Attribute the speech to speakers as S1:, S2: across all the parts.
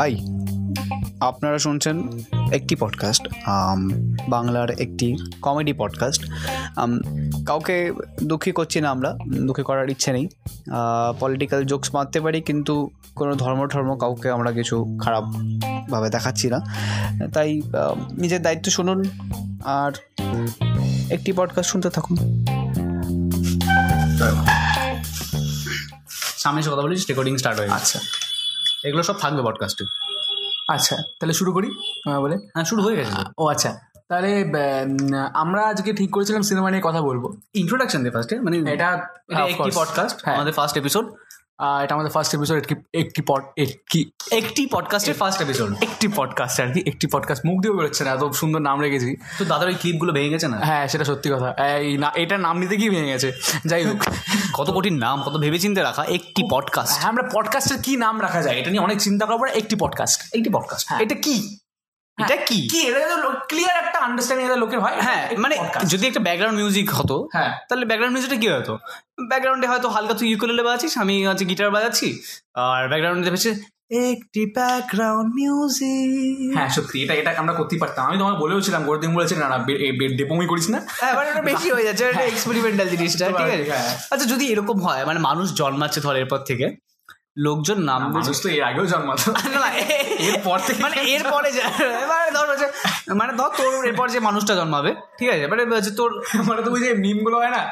S1: High আপনারা শুনছেন একটি পডকাস্ট বাংলার একটি কমেডি পডকাস্ট কাউকে দুঃখী করছি না আমরা দুঃখী করার ইচ্ছে নেই পলিটিক্যাল জোকস মারতে পারি কিন্তু কোনো ধর্ম ধর্ম কাউকে আমরা কিছু খারাপভাবে দেখাচ্ছি না তাই আহ, নিজের দায়িত্ব শুনুন আর একটি পডকাস্ট শুনতে থাকুন সামনে এসে কথা বলিস রেকর্ডিং স্টার্ট হয়ে গেছে।
S2: আচ্ছা
S1: এগুলো সব থাকবে পডকাস্টে
S2: আচ্ছা তাহলে শুরু করি আহ, বলে
S1: হ্যাঁ শুরু হয়ে গেছে
S2: ও আচ্ছা তাহলে উম, আমরা আজকে ঠিক করেছিলাম সিনেমা নিয়ে কথা বলবো
S1: ইন্ট্রোডাকশন দে ফার্স্টে মানে এটা
S2: হ্যাঁ, এটা
S1: একটি পডকাস্ট
S2: হ্যাঁ
S1: আমাদের ফার্স্ট এপিসোড
S2: আহ, এটা আমাদের ফার্স্ট এপিসোড একটি একটি পড একটি
S1: একটি পডকাস্টের ফার্স্ট এপিসোড
S2: একটি পডকাস্ট আর কি একটি পডকাস্ট মুখ দিয়ে বেরোচ্ছে না এত সুন্দর নাম রেখেছি
S1: তো দাদার ওই ক্লিপগুলো ভেঙে গেছে না
S2: হ্যাঁ সেটা সত্যি কথা এই না এটা নাম নিতে গিয়ে ভেঙে গেছে যাই হোক
S1: কত কঠিন নাম কত ভেবেচিন্তে রাখা একটি পডকাস্ট
S2: হ্যাঁ আমরা পডকাস্টের কি নাম রাখা যায় এটা নিয়ে অনেক চিন্তা করার পরে একটি পডকাস্ট
S1: একটি পডকাস্ট
S2: হ্যাঁ।
S1: এটা কি এটা কি
S2: কি এটা ক্লিয়ার একটা আন্ডারস্ট্যান্ডিং এটা লোকের হয়
S1: হ্যাঁ মানে যদি একটা ব্যাকগ্রাউন্ড মিউজিক হতো
S2: হ্যাঁ
S1: তাহলে ব্যাকগ্রাউন্ড মিউজিকটা কি হতো ব্যাকগ্রাউন্ডে হয়তো হালকা তুই ইউকুলেলে বাজাচ্ছিস আমি হচ্ছে গিটার বাজাচ্ছি আর ব্যাকগ্রাউন্ডে হচ্ছে একটি ব্যাকগ্রাউন্ড মিউজিক
S2: হ্যাঁ সত্যি এটা এটা আমরা করতেই পারতাম আমি তোমায় বলেওছিলাম গোরদিন বলেছি না না বে- এ- বে- ডেপমি করিস না
S1: হ্যাঁ মানে ওটা বেশি হয়ে যাচ্ছে এটা এক্সপেরিমেন্টাল জিনিসটা
S2: বুঝতে
S1: ঠিক
S2: পারছি,
S1: আছে
S2: হ্যাঁ।
S1: আচ্ছা যদি এরকম হয় মানে মানুষ জন্মাচ্ছে ধর এরপর থেকে লোকজন নাম
S2: মানুষ তো এর আগেও জন্মাতো
S1: না, না, এ-
S2: এরপর থেকে-
S1: মানে এরপরে যা- মানে ধর হচ্ছে- মানে ধর তোর এরপর যে মানুষটা জন্মাবে ঠিক আছে মানে হচ্ছে তোর
S2: মানে তুমি যে মিম গুলো হয় না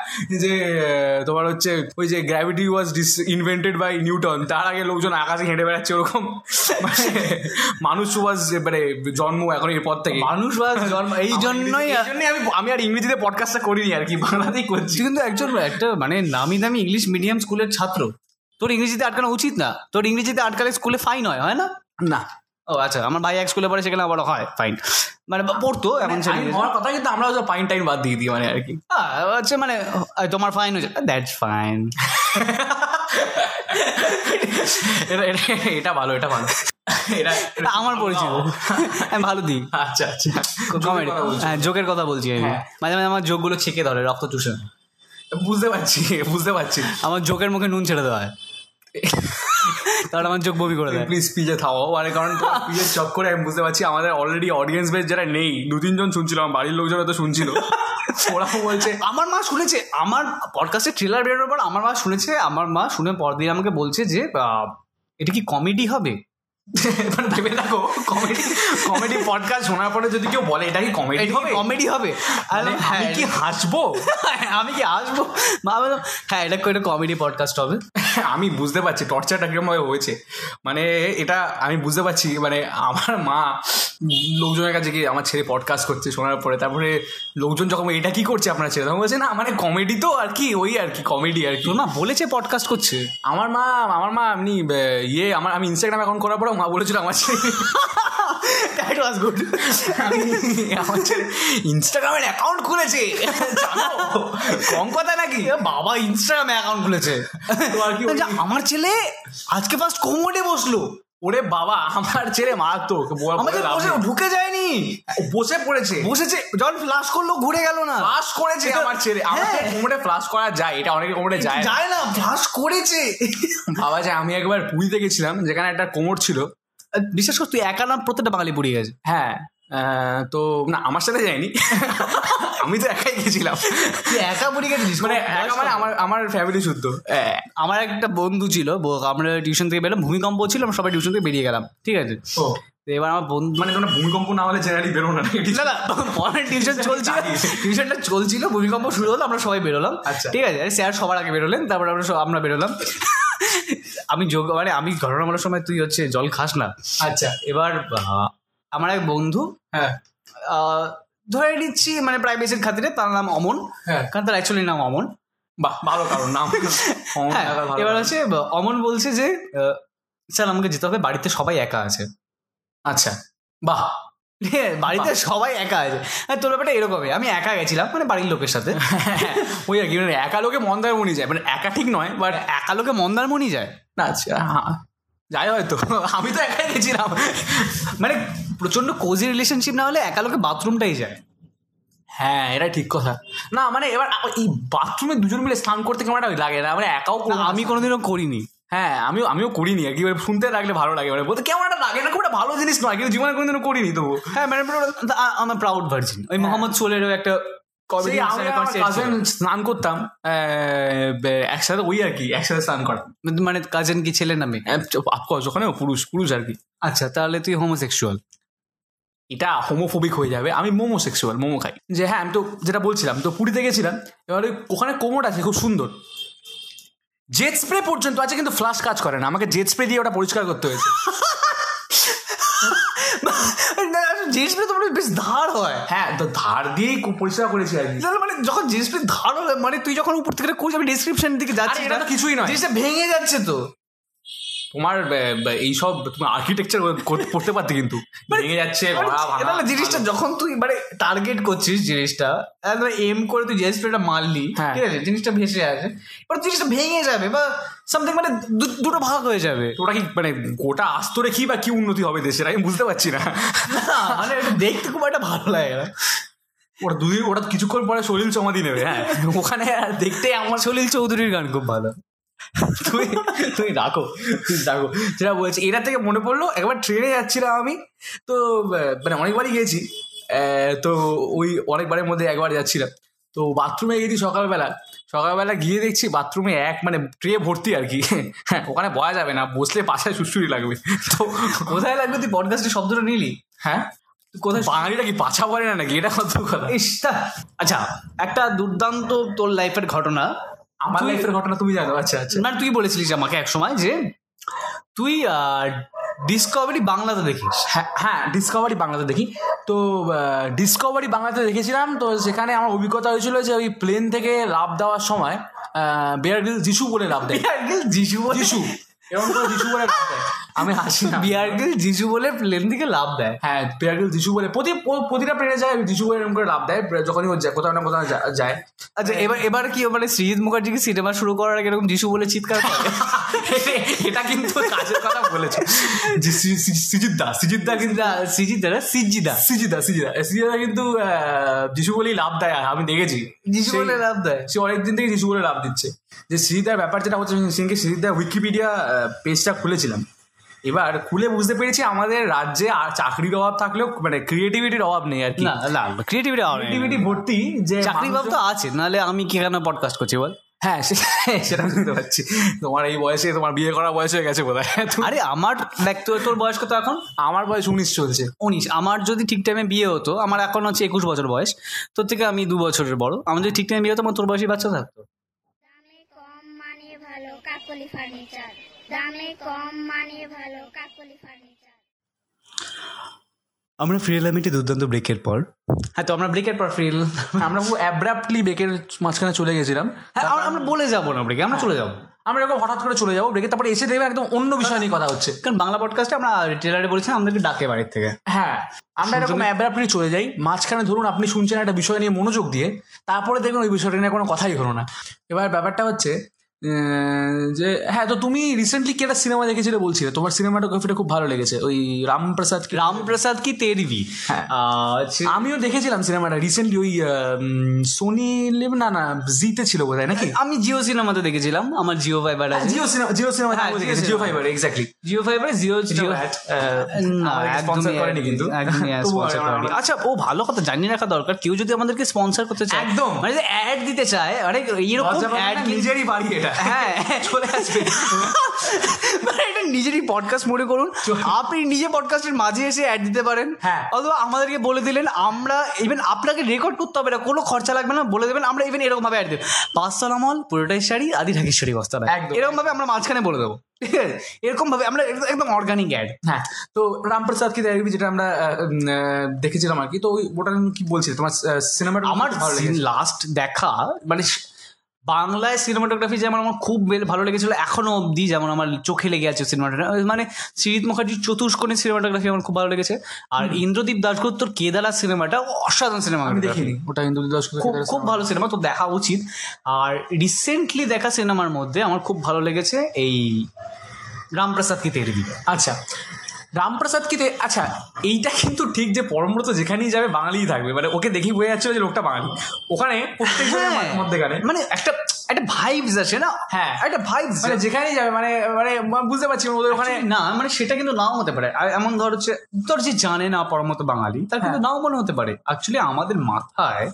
S2: যে আহ, তোমার হচ্ছে ওই যে gravity was dish invented by Newton তার আগে লোকজন আকাশে হেঁটে বেড়াচ্ছে ওরকম মানে মানুষ ওয়াজ মানে জন্ম এখন এরপর থেকে
S1: মানুষ বা জন্ম এই জন্যই
S2: এই জন্যই আমি আমি আর ইংরেজিতে পডকাস্টটা করিনি আর কি বাংলাতেই করছি
S1: তুই কিন্তু একজন একটা মানে নামি দামি ইংলিশ মিডিয়াম স্কুলের ছাত্র তোর ইংরেজিতে আটকানো উচিত না তোর ইংরেজিতে আটকালে স্কুলে ফাইন হয় হয় না
S2: না
S1: ও আচ্ছা আমার ভাই এক স্কুলে পড়ে সেখানে আবার হয় ফাইন মানে পড়তো এমন
S2: আমি হওয়ার কথা কিন্তু আমরা পাইন টাইন বাদ দিয়ে দিই মানে আর কি
S1: হ্যাঁ, হচ্ছে মানে আহ, তোমার ফাইন হয়েছে দ্যাটস ফাইন
S2: এটা এটা- এটা ভালো এটা ভালো এটা
S1: আমার পরিচিত আমি ভালো দিই
S2: আচ্ছা আচ্ছা
S1: কমেডি
S2: কথা বলছো।
S1: হ্যাঁ জোকের কথা বলছি আমি
S2: হ্যাঁ।
S1: মাঝে মাঝে আমার জোকগুলো ছেঁকে ধরে রক্ত চুষে নেয়।
S2: বুঝতে পারছি বুঝতে পারছি
S1: আমার জোকের মুখে নুন ছেড়ে দেওয়া হয় তারপর আমার জোক বমি করে দেয়
S2: প্লিজ পিজে থাও মানে কারণ পিজে চপ করে আমি বুঝতে পারছি আমাদের অলরেডি অডিয়েন্স বেস যারা নেই দু তিনজন শুনছিল আমার বাড়ির লোকজন তো শুনছিল ওরা বলছে
S1: আমার মা শুনেছে আমার পডকাস্টে ট্রেলার বেরোনোর পর আমার মা শুনেছে আমার মা শুনে পরদিন আমাকে বলছে যে আহ, এটা কি কমেডি হবে
S2: মানে ভেবে দেখো কমেডি কমেডি পডকাস্ট শোনার পরে যদি কেউ বলে এটা কি কমেডি
S1: এটা
S2: হবে
S1: কমেডি হবে আর
S2: মানে
S1: হ্যাঁ,
S2: আমি কি হাসবো
S1: আমি কি আসবো মা বললো হ্যাঁ এটা একটা কমেডি পডকাস্ট হবে
S2: আমি বুঝতে পারছি টর্চারটা কিরকম ভাবে হয়েছে মানে এটা আমি বুঝতে পারছি মানে আমার মা লোকজনের কাছে গিয়ে আমার ছেলে পডকাস্ট করছে শোনার পরে তারপরে লোকজন যখন বলে, এটা কি করছে আপনার ছেলে তখন বলছে না মানে কমেডি তো আর কি ওই আর কি কমেডি আর কি
S1: তোর মা বলেছে পডকাস্ট করছে
S2: আমার মা আমার মা এমনি আহ, ইয়ে আমার আমি ইনস্টাগ্রাম অ্যাকাউন্ট করার পরে মা বলেছিল আমার ছেলে
S1: দ্যাট ওয়াজ গুড
S2: আমি আমার ছেলে ইনস্টাগ্রামের অ্যাকাউন্ট খুলেছে জানো? কম কথা নাকি
S1: বাবা ইনস্টাগ্রামে অ্যাকাউন্ট খুলেছে
S2: তো আর কি ওই-
S1: বলছে, আমার ছেলে আজকে ফার্স্ট কোমোডে বসলো
S2: ওরে বাবা আমার ছেলে মারাত্মক বলা-
S1: আমাদের
S2: বলে লাভ
S1: বসে
S2: নেই।
S1: ঢুকে যায়নি
S2: ও বসে পড়েছে
S1: বসেছে জল ফ্লাশ করলো ঘুরে গেল না
S2: ফ্লাশ করেছে
S1: এটা-
S2: আমার ছেলে আমাদের
S1: হ্যাঁ।
S2: কোমরে ফ্লাশ করা যায় এটা অনেক কোমরে যায় না।
S1: যায় না ফ্লাশ করেছে
S2: বাবা যায় আমি একবার পুরীতে গেছিলাম যেখানে একটা কোমর ছিল
S1: বিশেষ করে তুই একা না প্রত্যেকটা বাঙালি পুড়িয়ে গেছে
S2: হ্যাঁ আহ, তো না আমার সাথে যায়নি আমি তো একাই গেছিলাম
S1: তুই একা পুড়িয়ে গেছিস
S2: মানে একা মানে আমার আমার ফ্যামিলি শুদ্ধ
S1: হ্যাঁ, আমার একটা বন্ধু ছিল ব- আমরা টিউশন থেকে বেরোলাম ভূমিকম্প ছিল আমরা সবাই টিউশন থেকে বেরিয়ে গেলাম ঠিক আছে
S2: ও
S1: তো এবার আমার বন্ধু
S2: মানে কোনো ভূমিকম্প না হলে জেনারেলি বেরো না
S1: না না পরে টিউশন চলছিল টিউশনটা চলছিল ভূমিকম্প শুরু হলো আমরা সবাই বেরোলাম
S2: আচ্ছা।
S1: ঠিক আছে স্যার সবার আগে বেরোলেন তারপর আমরা সব- আমরা বেরোলাম আমি যোগ মানে আমি ঘটনা বলার সময় তুই হচ্ছে জল খাস না
S2: আচ্ছা
S1: এবার আহ, আমার এক বন্ধু
S2: হ্যাঁ
S1: আহ, ধরে নিচ্ছি মানে প্রাইভেসির খাতিরে তার নাম অমন
S2: হ্যাঁ।
S1: কারণ তার অ্যাকচুয়ালি নাম অমন
S2: বাহ ভালো কারণ নাম
S1: হ্যাঁ এবার হচ্ছে ব- অমন বলছে যে আহ, স্যার আমাকে যেতে হবে বাড়িতে সবাই একা আছে
S2: আচ্ছা বাহ
S1: ঠিক আছে? হ্যাঁ, বাড়িতে সবাই একা আছে হ্যাঁ তোর ব্যাপারটা এরকমই আমি একা গেছিলাম মানে বাড়ির লোকের সাথে
S2: ওই আর কি মানে একা লোকে মন্দারমণি যায় মানে একা ঠিক নয় বাট
S1: একা লোকে মন্দারমণি যায়
S2: না আচ্ছা হ্যাঁ যাই হয়তো আমি তো একাই গেছিলাম
S1: মানে প্রচন্ড কোজি রিলেশনশিপ না হলে একা লোকে বাথরুমটাই যায়
S2: হ্যাঁ এটা ঠিক কথা না মানে এবার এই বাথরুমে দুজন মিলে স্নান করতে কেমন একটা লাগে না মানে একাও করবো
S1: আমি কোনোদিনও করিনি
S2: হ্যাঁ আমিও আমিও করিনি আর কি এবার শুনতে লাগলে ভালো লাগে মানে বলতে কেমন একটা লাগে না খুব একটা ভালো জিনিস নয় কিন্তু জীবনে কোনোদিনও করিনি তবু
S1: হ্যাঁ ম্যাডাম আমার প্রাউড ভার্জিন ওই মোহাম্মদ সোলেরও একটা কমেডি
S2: হ্যাঁ। সেই আমি আর আমার cousin স্নান করতাম আহ, বে- একসাথে ওই আর কি একসাথে স্নান করা
S1: মানে কাজেন কি ছেলে না মেয়ে
S2: হ্যাঁ, অফকোর্স ওখানে পুরুষ পুরুষ আর কি
S1: আচ্ছা তাহলে তুই হোমোসেক্সুয়াল
S2: এটা হোমোফোবিক হয়ে যাবে আমি মোমো সেক্সুয়াল মোমো খাই যে হ্যাঁ আমি তো যেটা বলছিলাম তো পুরীতে গেছিলাম এবারে ওখানে কোমোট আছে খুব সুন্দর জেট স্প্রে পর্যন্ত আছে কিন্তু ফ্লাশ কাজ করে না আমাকে জেট স্প্রে দিয়ে ওটা পরিষ্কার করতে হয়েছে
S1: জিনিস তো মানে বেশ ধার হয়
S2: হ্যাঁ তো ধার দিয়েই কু- পরিষ্কার করেছি আর কি
S1: তাহলে মানে যখন জিনিস পেয়ে ধার হয় মানে তুই যখন উপর থেকে করছিস আমি ডিসক্রিপশন দিকে যাচ্ছি
S2: আরে এটা
S1: না।
S2: তো কিছুই নয়।
S1: জিনিসটা ভেঙে যাচ্ছে তো
S2: তোমার বে- বে- এইসব তুমি আর্কিটেকচার করতে পারতে কিন্তু ভেঙে যাচ্ছে
S1: মানে
S2: গড়া ভাঙা।
S1: তাহলে জিনিসটা যখন তুই মানে টার্গেট করছিস জিনিসটা এম করে তুই যে স্প্রেটা মারলি
S2: হ্যাঁ।
S1: ঠিক আছে জিনিসটা ভেসে আসে এবার জিনিসটা ভেঙে যাবে বা সামথিং মানে দু- দুটো ভাগ হয়ে যাবে
S2: তো ওটা কি মানে গোটা আস্ত রেখি বা কি উন্নতি হবে দেশের আমি বুঝতে পারছি না
S1: না, মানে এটা দেখতে খুব একটা ভালো লাগে না
S2: ওটা দুদিন ওটা কিছুক্ষণ পরে শরীর সমাধি নেবে হ্যাঁ ওখানে আর দেখতে আমার
S1: সলিল চৌধুরীর গান খুব ভালো
S2: তুই তুই রাখো তুই রাখো যেটা বলছি এটা থেকে মনে পড়লো একবার ট্রেনে যাচ্ছিলাম আমি তো আহ, মানে অনেকবারই গেছি আহ, তো ওই অনেকবারের মধ্যে একবার যাচ্ছিলাম তো বাথরুমে গেছি সকালবেলা সকালবেলা গিয়ে দেখছি বাথরুমে এক মানে ট্রে ভর্তি আর কি হ্যাঁ ওখানে বয়া যাবে না বসলে পাশায় সুসুরি লাগবে তো
S1: কোথায় লাগবে তুই পডকাস্টে শব্দটা নিলি
S2: হ্যাঁ
S1: কোথায়
S2: বাঙালিটা কি পাছা পড়ে না নাকি এটা কত কথা
S1: ইস, তা- আচ্ছা একটা দুর্দান্ত তোর লাইফের ঘটনা
S2: আমার
S1: তুই-
S2: লাইফের ঘটনা তুমি জানো আচ্ছা আচ্ছা
S1: না মানে তুই বলেছিলিস আমাকে এক সময় যে তুই ডিসকভারি বাংলাতে দেখিস
S2: হ্যাঁ হ্যাঁ ডিসকভারি বাংলাতে দেখি তো ডিসকভারি বাংলাতে দেখেছিলাম তো সেখানে আমার অভিজ্ঞতা হয়েছিল যে ওই প্লেন থেকে লাভ দেওয়ার সময় বেয়ার গ্রিল যিশু বলে লাভ দেয়
S1: যিশু
S2: যিশু এরকম করে যিশু বলে লাভ দেয় আমি হাসি না
S1: বিয়ার গিল যিশু বলে প্লেন থেকে লাভ দেয়
S2: হ্যাঁ বেয়ার গ্রিল যিশু বলে প্রতি প- প্রতিটা প্লেনে যায় যিশু বলে এরকম করে লাভ দেয় যখনই ও যায় কোথাও না কোথাও যা- যায়
S1: আচ্ছা এবার এবার কি মানে সৃজিৎ মুখার্জিকে সিনেমা শুরু করার আগে এরকম যিশু বলে চিৎকার করে
S2: এটা কিন্তু কাজের কথা বলেছে যে সি- সি- সিজিত দা সিজিত দা কিন্তু
S1: না, সৃজিত দাদা সিজিদা
S2: সিজিদা সিজিদা সিজিদা কিন্তু আহ, যিশু বলেই লাভ দেয় আমি দেখেছি
S1: যিশু
S2: সেই-
S1: বলে লাভ দেয়
S2: সে অনেকদিন থেকে যিশু বলে লাভ দিচ্ছে যে শ্রীদার ব্যাপার যেটা হচ্ছে সেদিনকে শ্রীদার উইকিপিডিয়া পেজটা খুলেছিলাম এবার খুলে বুঝতে পেরেছি আমাদের রাজ্যে আর চাকরির অভাব থাকলেও মানে ক্রিয়েটিভিটির অভাব নেই আর কি
S1: না না ক্রিয়েটিভিটি
S2: ক্রিয়েটিভিটি ভর্তি যে
S1: চাকরি ভাব
S2: মানুষজন-
S1: তো আছে নাহলে আমি কি কেন পডকাস্ট করছি বল
S2: হ্যাঁ সে- সেটা বুঝতে পারছি তোমার এই বয়সে তোমার বিয়ে করা বয়স হয়ে গেছে বোধ হয়
S1: আরে আমার ব্যক্তি তোর বয়স কত এখন
S2: আমার বয়স উনিশ চলছে
S1: উনিশ আমার যদি ঠিক টাইমে বিয়ে হতো আমার এখন হচ্ছে একুশ বছর বয়স তোর থেকে আমি দু বছরের বড় আমার যদি ঠিক টাইমে বিয়ে হতো আমার তোর বয়সী বাচ্চা থাকতো
S3: দামে কম মানে ভালো কাকলি ফার্নিচার দামে কম মানে ভালো কাকলি ফার্নিচার
S4: আমরা ফিরে এটি দুর্দান্ত ব্রেকের পর
S1: হ্যাঁ তো আমরা ব্রেকের পর ফিল
S2: আমরা খুব অ্যাব্রাপ্টলি বেকের মাঝখানে চলে গেছিলাম
S1: হ্যাঁ আমরা- আমরা বলে যাবো না ব্রেকে আমরা চলে যাবো
S2: আমরা এরকম হঠাৎ করে চলে যাবো ব্রেকে তারপরে এসে দেখবে একদম অন্য বিষয় নিয়ে কথা হচ্ছে
S1: কারণ বাংলা পডকাস্টে আমরা ট্রেলারে বলেছি আমাদেরকে ডাকে বাড়ির থেকে
S2: হ্যাঁ আমরা এরকম অ্যাব্রাপ্টলি চলে যাই মাঝখানে ধরুন আপনি শুনছেন একটা বিষয় নিয়ে মনোযোগ দিয়ে তারপরে দেখবেন ওই বিষয়টা নিয়ে কোনো কথাই হলো না এবার ব্যাপারটা হচ্ছে উম, যে হ্যাঁ তো তুমি রিসেন্টলি কি একটা সিনেমা দেখেছিলে বলছিলে তোমার সিনেমাটোগ্রাফিটা খুব ভালো লেগেছে ওই রামপ্রসাদ কি-
S1: রামপ্রসাদ কি তেরিবি
S2: হ্যাঁ।
S1: আহ, সে-
S2: আমিও দেখেছিলাম সিনেমাটা রিসেন্টলি ওই উম, সোনি লেব- না না জিতে ছিল বোধ হয় নাকি
S1: আমি জিও সিনেমাতে দেখেছিলাম আমার জিও ফাইবার আছে
S2: জিও সিনেমা জিও সিনেমা
S1: হ্যাঁ, Jio
S2: Jio fiber exactly
S1: Jio fiber Jio Jio
S2: hat,
S1: না,
S2: আমাদেরকে sponsor
S1: একদমই-
S2: করেনি কিন্তু।
S1: একদমই আর
S2: তবুও
S1: sponsor
S2: আমরা-
S1: করেনি। আচ্ছা ও ভালো কথা জানিয়ে রাখা দরকার কেউ যদি আমাদেরকে স্পন্সর করতে চায়
S2: একদম।
S1: মানে অ্যাড দিতে চায় আরে এরকম অ্যাড
S2: নিজেরই বাড়ি এটা
S1: হ্যাঁ চলে আসবে মানে এটা নিজেরই পডকাস্ট মনে করুন আপনি নিজে পডকাস্টের মাঝে এসে অ্যাড দিতে পারেন
S2: হ্যাঁ।
S1: অথবা আমাদেরকে বলে দিলেন আমরা ইভেন আপনাকে রেকর্ড করতে হবে না কোনো খরচা লাগবে না বলে দেবেন আমরা ইভেন এরকম ভাবে অ্যাড দেব পাঁচতলা মল পুরোটাই শাড়ি আদি ঢাকেশ্বরী বস্তারা
S2: একদম।
S1: এরকম ভাবে আমরা মাঝখানে বলে দেবো ঠিক আছে এরকম ভাবে আমরা একদম- একদম অর্গানিক অ্যাড
S2: হ্যাঁ তো রামপ্রসাদ কি দেখবি যেটা আমরা আহ, উম, আহ, দেখেছিলাম আর কি তো ওই- ওটা তুমি কি বলছিলে তোমার সিনেমাটা
S1: আমার লাস্ট দেখা মানে স- বাংলায় সিনেমাটোগ্রাফি যেমন আমার খুব বে- ভালো লেগেছিল এখনো অবধি যেমন আমার চোখে লেগে আছে সিনেমাটোগ্রাফি মানে শ্রীজিৎ মুখার্জির চতুষ্কোণের সিনেমাটোগ্রাফি আমার খুব ভালো লেগেছে আর ইন্দ্রদীপ দাশগুপ্তর কেদারা সিনেমাটা অসাধারণ সিনেমা
S2: আমি দেখিনি ওটা হিন্দু দাস
S1: খুব খুব ভালো সিনেমা তো দেখা উচিত আর রিসেন্টলি দেখা সিনেমার মধ্যে আমার খুব ভালো লেগেছে এই রামপ্রসাদ কি তেরবি
S2: আচ্ছা রামপ্রসাদ কি তে- আচ্ছা এইটা কিন্তু ঠিক যে পরমব্রত যেখানেই যাবে বাঙালিই থাকবে মানে ওকে দেখেই বোঝা যাচ্ছিল যে লোকটা বাঙালি ওখানে প্রত্যেকজনের
S1: হ্যাঁ,
S2: মা- মধ্যেখানে
S1: মানে একটা একটা ভাইবস আছে না
S2: হ্যাঁ।
S1: একটা ভাইবস
S2: মানে যেখানেই যাবে মানে মানে বুঝতে পারছি ওদের ওখানে
S1: ওখানে না মানে সেটা কিন্তু নাও হতে পারে আর এমন ধর হচ্ছে ধর যে জানে না পরমত বাঙালি তার কিন্তু
S2: হ্যাঁ।
S1: নাও মনে হতে পারে অ্যাকচুয়ালি আমাদের মাথায়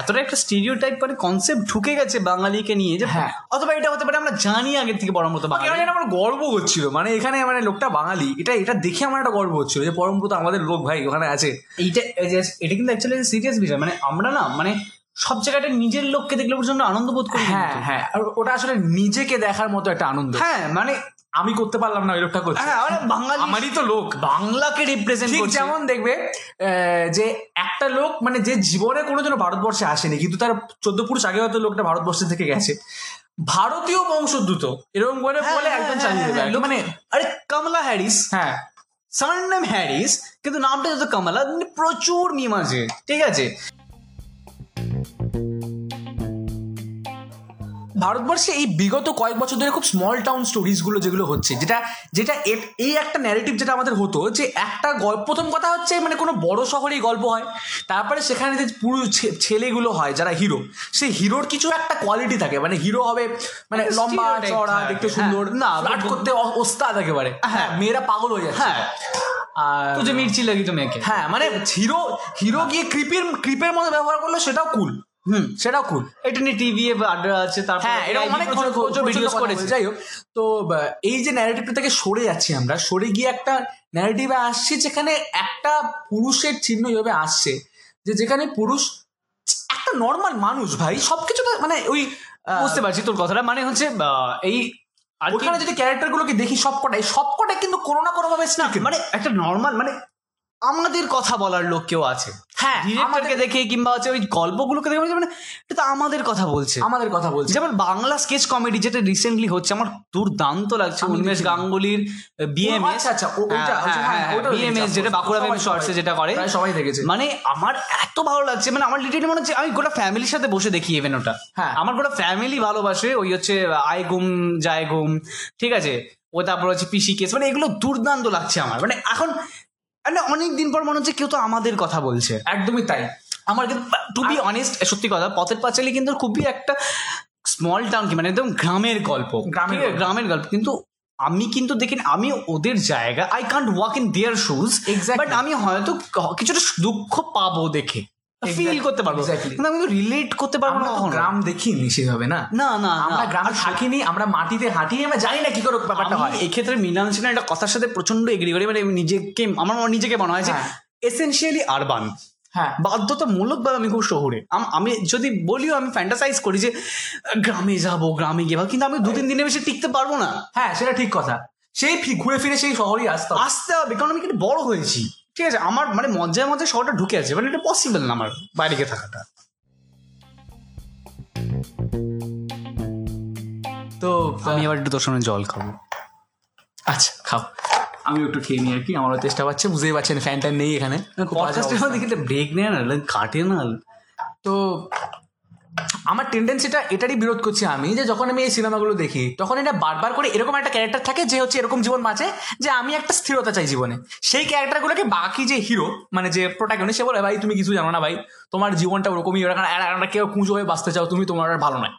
S1: এতটা একটা স্টিরিও টাইপ মানে কনসেপ্ট ঢুকে গেছে বাঙালিকে নিয়ে যে
S2: হ্যাঁ।
S1: অথবা এটা হতে পারে আমরা জানি আগের থেকে পরমত
S2: কেন
S1: বাঙালি
S2: যেন আমার গর্ব হচ্ছিল মানে এখানে মানে লোকটা বাঙালি এটা এটা দেখে আমার একটা গর্ব হচ্ছিল যে পরমব্রত আমাদের লোক ভাই ওখানে আছে
S1: এইটা এই যে- এটা কিন্তু অ্যাকচুয়ালি সিরিয়াস বিষয় মানে আমরা না মানে সব জায়গাটা নিজের লোককে দেখলে পর্যন্ত আনন্দ বোধ করি কিন্তু।
S2: হ্যাঁ হ্যাঁ আর ওটা আসলে নিজেকে দেখার মতো একটা আনন্দ
S1: হ্যাঁ মানে
S2: আমি করতে পারলাম না ওই লোকটা করছে
S1: হ্যাঁ মানে বাঙালি
S2: আমারই তো লোক
S1: বাংলাকে রিপ্রেজেন্ট
S2: ঠিক
S1: করছে
S2: যেমন দেখবে আহ, যে একটা লোক মানে যে জীবনে কোনো জন্য ভারতবর্ষে আসেনি কিন্তু তার চোদ্দ পুরুষ আগে হয়তো লোকটা ভারতবর্ষে থেকে গেছে ভারতীয় বংশোদ্ভূত এরকম বলে
S1: হ্যাঁ,
S2: বলে
S1: হ্যাঁ,
S2: একদম
S1: হ্যাঁ,
S2: চালিয়ে
S1: হ্যাঁ,
S2: দেবে
S1: লোক-
S2: মানে
S1: আরে কমলা হ্যারিস
S2: হ্যাঁ
S1: সার নাম হ্যারিস কিন্তু নামটা যত কমলা মানে প্রচুর মিম আছে ঠিক আছে
S2: ভারতবর্ষে এই বিগত কয়েক বছর ধরে খুব স্মল টাউন স্টোরিজ গুলো যেগুলো হচ্ছে যেটা যেটা এ- এই একটা ন্যারেটিভ যেটা আমাদের হতো যে একটা গল্প প্রথম কথা হচ্ছে মানে কোনো বড় শহরেই গল্প হয় তারপরে সেখানে যে পুরুষ ছে- ছেলেগুলো হয় যারা হিরো সেই হিরোর কিছু একটা কোয়ালিটি থাকে মানে হিরো হবে মানে
S1: একটা
S2: লম্বা
S1: stereotype
S2: চড়া
S1: থাকে,
S2: দেখতে
S1: হ্যাঁ।
S2: সুন্দর না
S1: না,
S2: ফ্লার্ট করতে অ- ওস্তাদ একেবারে হ্যাঁ মেয়েরা পাগল হয়ে যাচ্ছে
S1: হ্যাঁ
S2: আর
S1: তো যে মির্চি লাগি তো মেয়েকে
S2: হ্যাঁ মানে হিরো হিরো গিয়ে ক্রিপের ক্রিপের মতো ব্যবহার করলো সেটাও কুল
S1: হুম
S2: সেটাও কুল
S1: এটা নিয়ে টিভি এ আড্ডা আছে তারপর
S2: হ্যাঁ এরকম অনেক
S1: প্রচুর প্রচুর ভিডিওস করেছে
S2: যাই হোক তো বা, এই যে ন্যারেটিভটা থেকে সরে যাচ্ছি আমরা সরে গিয়ে একটা ন্যারেটিভে আসছি যেখানে একটা পুরুষের চিহ্ন এইভাবে আসছে যে যেখানে পুরুষ একটা নর্মাল মানুষ ভাই সবকিছু তো মানে ওই আহ,
S1: বুঝতে পারছি তোর কথাটা মানে হচ্ছে আহ, এই আর কি-
S2: ওখানে যদি ক্যারেক্টারগুলোকে দেখি সবকটাই সবকটাই কিন্তু কোনো না কোনো ভাবে
S1: মানে একটা নর্মাল মানে আমাদের কথা বলার লোক কেউ আছে
S2: হ্যাঁ
S1: ডিরেক্টরকে
S2: আমাদের-
S1: দেখে কিংবা হচ্ছে ওই গল্পগুলোকে দেখে মনে হচ্ছে মানে এটা তো আমাদের কথা বলছে
S2: আমাদের কথা বলছি
S1: যেমন বাংলা স্কেচ কমেডি যেটা রিসেন্টলি হচ্ছে আমার দুর্দান্ত লাগছে
S2: আমি
S1: উন্মেষ
S2: দেখিনি।
S1: গাঙ্গুলির
S2: ও,
S1: বিএমএস
S2: আচ্ছা, আচ্ছা, ও- ওইটা, আচ্ছা, হ্যাঁ, ওটাও
S1: বিএমএস
S2: দেখেছি।
S1: যেটা বাঁকুড়া
S2: সবাই-
S1: ফেমি শর্টসে
S2: সবাই-
S1: যেটা করে
S2: প্রায় সবাই দেখেছে।
S1: মানে আমার এত ভালো লাগছে মানে আমার লিটারেলি মনে হচ্ছে আমি গোটা ফ্যামিলির সাথে বসে দেখি ইভেন ওটা
S2: হ্যাঁ।
S1: আমার গোটা ফ্যামিলি ভালোবাসে ওই হচ্ছে আয় গুম যায় গুম ঠিক আছে ও তারপর হচ্ছে পিসি কেস মানে এগুলো দুর্দান্ত লাগছে আমার মানে এখন মানে অনেক দিন পর মনে হচ্ছে কেউ তো আমাদের কথা বলছে
S2: একদমই তাই
S1: আমার কিন্তু টু বি অনেস্ট সত্যি কথা পথের পাঁচালি কিন্তু খুবই একটা স্মল টাউন কি মানে একদম গ্রামের গল্প
S2: গ্রামের
S1: ঠিক আছে?
S2: গল্প।
S1: গ্রামের গল্প কিন্তু আমি কিন্তু দেখি না, আমি ওদের জায়গা I can't walk in their shoes
S2: Exactly.
S1: But আমি হয়তো ক- কিছুটা দুঃখ পাবো দেখে ফিল
S2: Exactly,
S1: করতে পারবো
S2: exactly.
S1: কিন্তু আমি কিন্তু রিলেট করতে পারবো
S2: আমরা
S1: না
S2: তো
S1: কখনো।
S2: গ্রাম দেখিনি সেভাবে না
S1: না না না।
S2: আমরা গ্রামে থাকিনি আমরা মাটিতে হাঁটি আমরা জানি না কি করে ব্যাপারটা হয়
S1: আমি এক্ষেত্রে মিলান সিনহা একটা কথার সাথে প্রচন্ড এগ্রি করি মানে আমি নিজেকে আমার মনে- নিজেকে মনে হয় যে
S2: হ্যাঁ।
S1: এসেনশিয়ালি আরবান
S2: হ্যাঁ
S1: বাধ্যতামূলকভাবে আমি খুব শহুরে আম- আমি যদি বলিও আমি ফ্যান্টাসাইজ করি যে আহ, গ্রামে যাব গ্রামে গিয়ে ভাব- কিন্তু আমি দু তিন দিনে বেশি টিকতে পারবো না
S2: হ্যাঁ সেটা ঠিক কথা সেই ফি- ঘুরে ফিরে সেই শহরেই আসতে হবে।
S1: আসতে হবে কারণ আমি কিন্তু বড় হয়েছি ঠিক আছে আমার মানে মজায় মজায় শহরটা ঢুকে আছে মানে এটা পসিবল না আমার বাইরে গিয়ে থাকাটা
S2: তো
S1: আমি আবার একটু তোর সামনে জল খাবো
S2: আচ্ছা খাও আমিও একটু খেয়ে নিই আর কি আমারও চেষ্টা পাচ্ছে বুঝতেই পারছেন ফ্যান ট্যান নেই এখানে খুব বাজে
S1: পডকাস্টের
S2: অবস্থা।
S1: মধ্যে কিন্তু ব্রেক নেয় না like কাটে না
S2: তো আমার টেন্ডেন্সিটা এটারই বিরোধ করছি আমি যে যখন আমি এই সিনেমাগুলো দেখি তখন এটা বারবার করে এরকম একটা ক্যারেক্টার থাকে যে হচ্ছে এরকম জীবন বাঁচে যে আমি একটা স্থিরতা চাই জীবনে সেই ক্যারেক্টারগুলোকে বাকি যে হিরো মানে যে প্রোটাগনিস্ট সে বলে ভাই তুমি কিছু জানো না ভাই তোমার জীবনটা ওরকমই ওরকম আর আর কেউ কুঁজো হয়ে বাঁচতে চাও তুমি তোমার আর ভালো নয়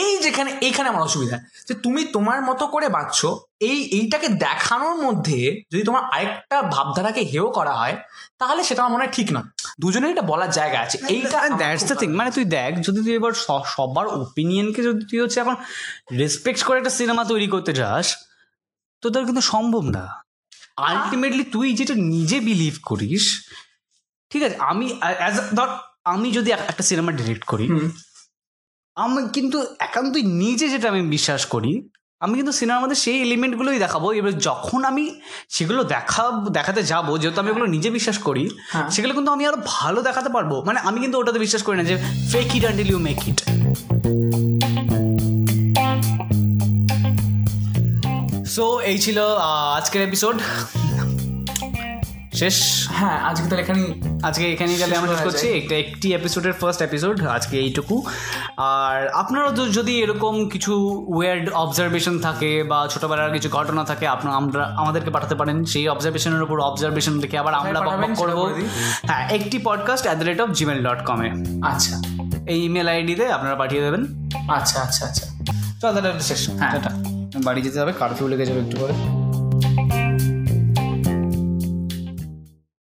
S2: এই যেখানে এইখানে আমার অসুবিধা যে তুমি তোমার মতো করে বাঁচছো এই এইটাকে দেখানোর মধ্যে যদি তোমার আরেকটা ভাবধারাকে হেও করা হয় তাহলে সেটা আমার মনে হয় ঠিক না দুজনেরই এটা বলার জায়গা আছে এইটা আমার
S1: দ্যাটস
S2: খুব
S1: দ্য থিং মানে তুই দেখ যদি তুই এবার স- সবার ওপিনিয়নকে যদি তুই হচ্ছে এখন রেসপেক্ট করে একটা সিনেমা তৈরি করতে যাস তো তোর কিন্তু সম্ভব না আলটিমেটলি তুই যেটা নিজে বিলিভ করিস ঠিক আছে আমি অ্যাজ ধর আমি যদি এক- একটা সিনেমা ডিরেক্ট করি
S2: হুম।
S1: আমি কিন্তু একান্তই নিজে যেটা আমি বিশ্বাস করি আমি কিন্তু সিনেমার মধ্যে সেই এলিমেন্টগুলোই দেখাবো এবার যখন আমি সেগুলো দেখা দেখাতে যাবো যেহেতু আমি ওগুলো নিজে বিশ্বাস করি
S2: হ্যাঁ।
S1: সেগুলো কিন্তু আমি আরো ভালো দেখাতে পারবো মানে আমি কিন্তু ওটাতে বিশ্বাস করি না যে fake it until you make it so এই ছিল আহ, আজকের এপিসোড শেষ
S2: হ্যাঁ আজকে তাহলে এখানে
S1: আজকে এখানেই তাহলে আমরা শেষ করছি একটা একটি এপিসোডের ফার্স্ট এপিসোড আজকে এইটুকু আর আপনারও তো যদি এরকম কিছু ওয়ার্ড অবজারভেশন থাকে বা ছোটবেলার কিছু ঘটনা থাকে আপনারা আমরা আমাদেরকে পাঠাতে পারেন সেই অবজারভেশনের উপর অবজারভেশন দেখে আবার আমরা
S2: পাঠাবেন
S1: বকবক
S2: সেটা
S1: করবো
S2: বলে দিই।
S1: হ্যাঁ একটি podcast at the rate of Gmail dot কমে
S2: আচ্ছা
S1: এই ইমেল আইডিতে আপনারা পাঠিয়ে দেবেন
S2: আচ্ছা আচ্ছা আচ্ছা
S1: চল তাহলে শেষ
S2: হ্যাঁ।
S1: টাটা।
S4: বাড়ি যেতে হবে কারফিউ লেগে যাবে একটু করে